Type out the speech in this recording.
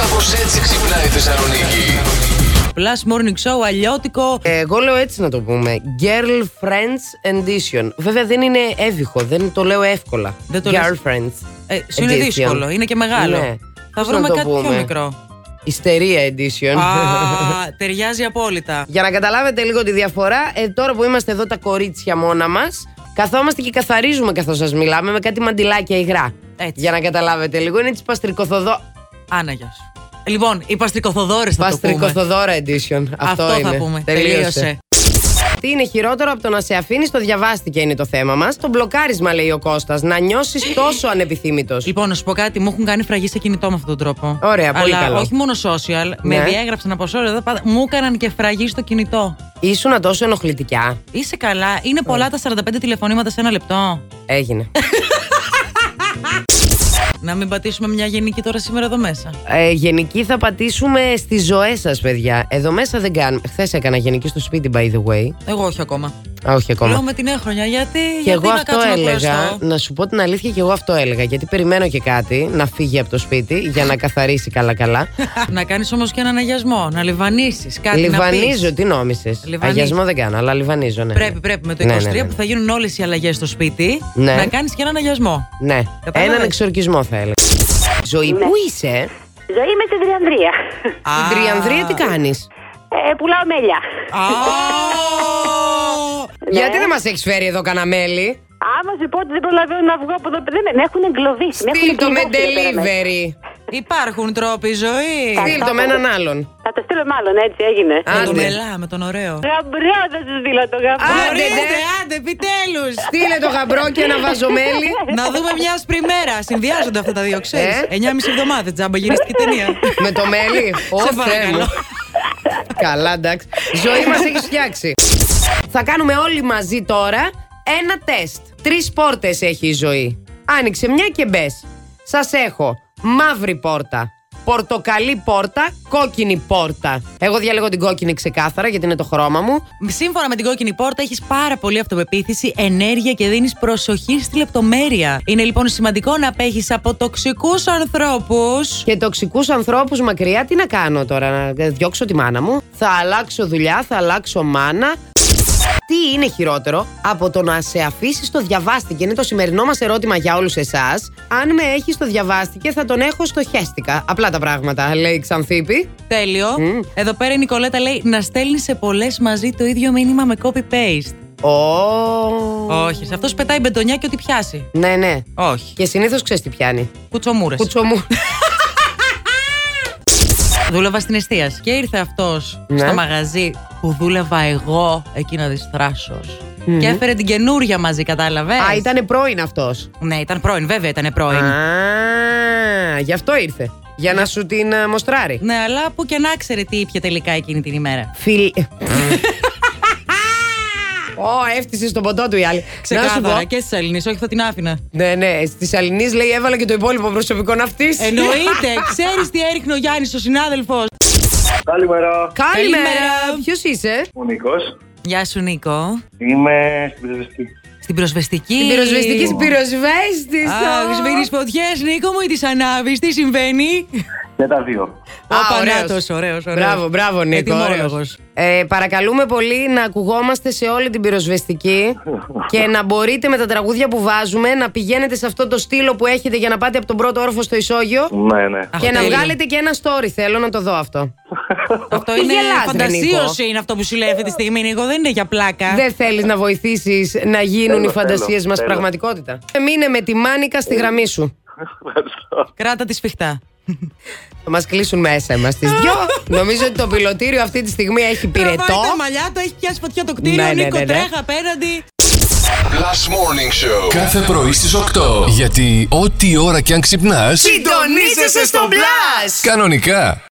Κάπως έτσι ξυπνάει η Θεσσαλονίκη. Plus Morning Show, αλλιώτικο. Ε, Εγώ λέω έτσι να το πούμε. Girl Friends Edition. Βέβαια δεν είναι εύηχο, δεν το λέω εύκολα. Δεν το λες. Girl Friends. Ε, σου είναι Edition. δύσκολο, είναι και μεγάλο. Ναι. Θα Πώς βρούμε να το κάτι πιο πούμε. Ε, ναι. μικρό. Ιστερία Edition. Α, ταιριάζει απόλυτα. Για να καταλάβετε λίγο τη διαφορά, ε, τώρα που είμαστε εδώ τα κορίτσια μόνα μας, καθόμαστε και καθαρίζουμε καθώς σας μιλάμε με κάτι μαντιλάκια υγρά. Έτσι. Για να καταλάβετε λίγο, είναι τη παστρικοθοδό. Άνα, γεια σου. Λοιπόν, οι παστρικοθοδόρες θα το πούμε. Παστρικοθοδόρα edition. Αυτό, Αυτό είναι. θα πούμε. Τελείωσε. Τι είναι χειρότερο από το να σε αφήνεις, το διαβάστηκε είναι το θέμα μας. Το μπλοκάρισμα, λέει ο Κώστας Να νιώσεις τόσο ανεπιθύμητος. Λοιπόν, να σου πω κάτι, μου έχουν κάνει φραγή σε κινητό με αυτόν τον τρόπο. Ωραία, πολύ Αλλά καλό. όχι μόνο social, με Ναι. διέγραψαν από σε όλα τα πάντα. Μου έκαναν και φραγή στο κινητό. Ήσουνα τόσο ενοχλητικά. Είσαι καλά, είναι Ναι. πολλά τα 45 τηλεφωνήματα σε ένα λεπτό. Έγινε. Να μην πατήσουμε μια γενική τώρα σήμερα εδώ μέσα. Ε, γενική θα πατήσουμε στις ζωές σας, παιδιά. Εδώ μέσα δεν κάνουμε. Χθες έκανα γενική στο σπίτι, by the way. Εγώ όχι ακόμα. Α, όχι ακόμα. Λέω με την έχρονια, γιατί. Και γιατί εγώ να αυτό κάτσω να έλεγα, κουραστώ? να σου πω την αλήθεια, και εγώ αυτό έλεγα. Γιατί περιμένω και κάτι να φύγει από το σπίτι για να καθαρίσει καλά-καλά. να κάνεις όμως και έναν αγιασμό, να λιβανίσεις κάτι. Να Λιβανίζω, πεις. τι νόμισες. Λιβανίζω. Αγιασμό δεν κάνω, αλλά λιβανίζω, ναι. Πρέπει, πρέπει με το 23 Ναι, ναι, ναι, που θα γίνουν όλες οι αλλαγές στο σπίτι Ναι. να κάνεις και έναν αγιασμό. Ναι, Κατάλαβες. έναν εξορκισμό θα έλεγα. Ναι. Ζωή, πού είσαι, Ζωή είμαι στην Τριανδρία. Α. Στην Τριανδρία τι κάνεις. Ε, πουλάω μέλια. Α, Ναι. Γιατί δεν μας έχεις φέρει εδώ κανένα μέλι. Άμα σου πω ότι δεν προλαβαίνω να βγω από εδώ, δεν με- με έχουν εγκλωβίσει. με έχουν Στείλ το με κλειδώσει, καταλαβαίνεις. delivery. Υπάρχουν τρόποι ζωή. Στείλ το με έναν άλλον. Θα το στείλω μάλλον, έτσι έγινε. Με τον Άντε. μελά, με τον ωραίο. Γαμπρό θα σου στείλω το γαμπρό. Άντε, Ορίστε, ναι. άντε, επιτέλους. Στείλε το γαμπρό και ένα βάζο μέλι. Να δούμε μια σπριμέρα. Συνδυάζονται αυτά τα δύο, ξέρεις. Ε. 9,5 εβδομάδε τζάμπα γυρίστηκε η ταινία. Με το μέλι. Ω, Σε Θεέ παρακαλώ. μου. Καλά, εντάξει. Ζωή μας έχει φτιάξει. Θα κάνουμε όλοι μαζί τώρα ένα τεστ. Τρεις πόρτες έχει η ζωή. Άνοιξε μια και μπες. Σας έχω μαύρη πόρτα, πορτοκαλί πόρτα, κόκκινη πόρτα. Εγώ διαλέγω την κόκκινη ξεκάθαρα γιατί είναι το χρώμα μου. Σύμφωνα με την κόκκινη πόρτα, έχεις πάρα πολύ αυτοπεποίθηση, ενέργεια και δίνεις προσοχή στη λεπτομέρεια. Είναι λοιπόν σημαντικό να απέχεις από τοξικούς ανθρώπους. Και τοξικούς ανθρώπους μακριά, τι να κάνω τώρα, να διώξω τη μάνα μου. Θα αλλάξω δουλειά, θα αλλάξω μάνα. Τι είναι χειρότερο από το να σε αφήσεις το διαβάστηκε. Είναι το σημερινό μας ερώτημα για όλους εσάς. Αν με έχεις το διαβάστηκε, θα τον έχω στο χέστηκα. Απλά τα πράγματα, λέει η Ξανθήπη. Τέλειο. Εδώ πέρα η Νικολέτα λέει να στέλνει σε πολλές μαζί το ίδιο μήνυμα με copy-paste. Ω. Όχι, σε αυτός πετάει μπεντονιά και ό,τι πιάσει. Ναι, ναι. Όχι. Και συνήθως ξέρεις τι πιάνει. Κουτσομούρες. Κουτσομού. Δούλευα στην εστίαση και ήρθε αυτός Ναι. στο μαγαζί που δούλευα εγώ εκεί να δεις θράσος. Και έφερε την καινούρια μαζί, κατάλαβες. Α, ήταν πρώην αυτός. Ναι, ήταν πρώην, βέβαια ήταν Ε. πρώην. Α, γι' αυτό ήρθε. Για να σου την α, μοστράρει. Ναι, αλλά που και να ξέρει τι ήπια τελικά εκείνη την ημέρα. Φιλ. Ω, έφτιασε στον ποτό του η άλλη. Να Ξεκάθαρα σου πω. και στις Ελληνίε, όχι θα την άφηνα. Ναι, ναι, στη Σαλινή λέει έβαλα και το υπόλοιπο προσωπικό να φτύσει. Εννοείται, ξέρεις τι έριχνε ο Γιάννης, ο συνάδελφος. Καλημέρα. Καλημέρα. Καλημέρα. Ποιος είσαι, Ο Νίκος. Γεια σου, Νίκο. Είμαι στην πυροσβεστική. Στην πυροσβεστική. Στην πυροσβεστική πυροσβέστη. Αχ, σβήνει φωτιές, Νίκο μου, ή τις ανάβεις, τι συμβαίνει. Για τα δύο. Ο Πανάτος, ωραίος, ωραίος. Μπράβο, μπράβο, Νίκο. Ετοιμόλογος. ωραίος. Ε, παρακαλούμε πολύ να ακουγόμαστε σε όλη την πυροσβεστική και να μπορείτε με τα τραγούδια που βάζουμε να πηγαίνετε σε αυτό το στήλο που έχετε για να πάτε από τον πρώτο όροφο στο ισόγειο Ναι, ναι. Αχ, και να τέλειο. βγάλετε και ένα story. Θέλω να το δω αυτό. Αυτό Τι είναι γελάς, ρε, φαντασίωση είναι αυτό που σου λέει αυτή τη στιγμή, Νίκο. Δεν είναι για πλάκα. Δεν θέλεις να βοηθήσεις να γίνουν Θέλω, οι φαντασίες θέλω, μας θέλω. πραγματικότητα. Ε, Μείνε με τη μάνικα στη γραμμή σου. Ευχαριστώ. Κράτα τη σφιχτά. Θα μας κλείσουν μέσα μας τις δυο. Νομίζω ότι το πιλωτήριο αυτή τη στιγμή έχει Τραβάει πυρετό. τα μαλλιά του, έχει πιάσει φωτιά το κτίριο. Ναι, ναι, Νίκο, ναι, ναι. τρέχα απέναντι. Plus Morning Show. Κάθε πρωί στις 8. Γιατί ό,τι ώρα κι αν ξυπνάς, Συντονίζεσαι στο μπλα! κανονικά.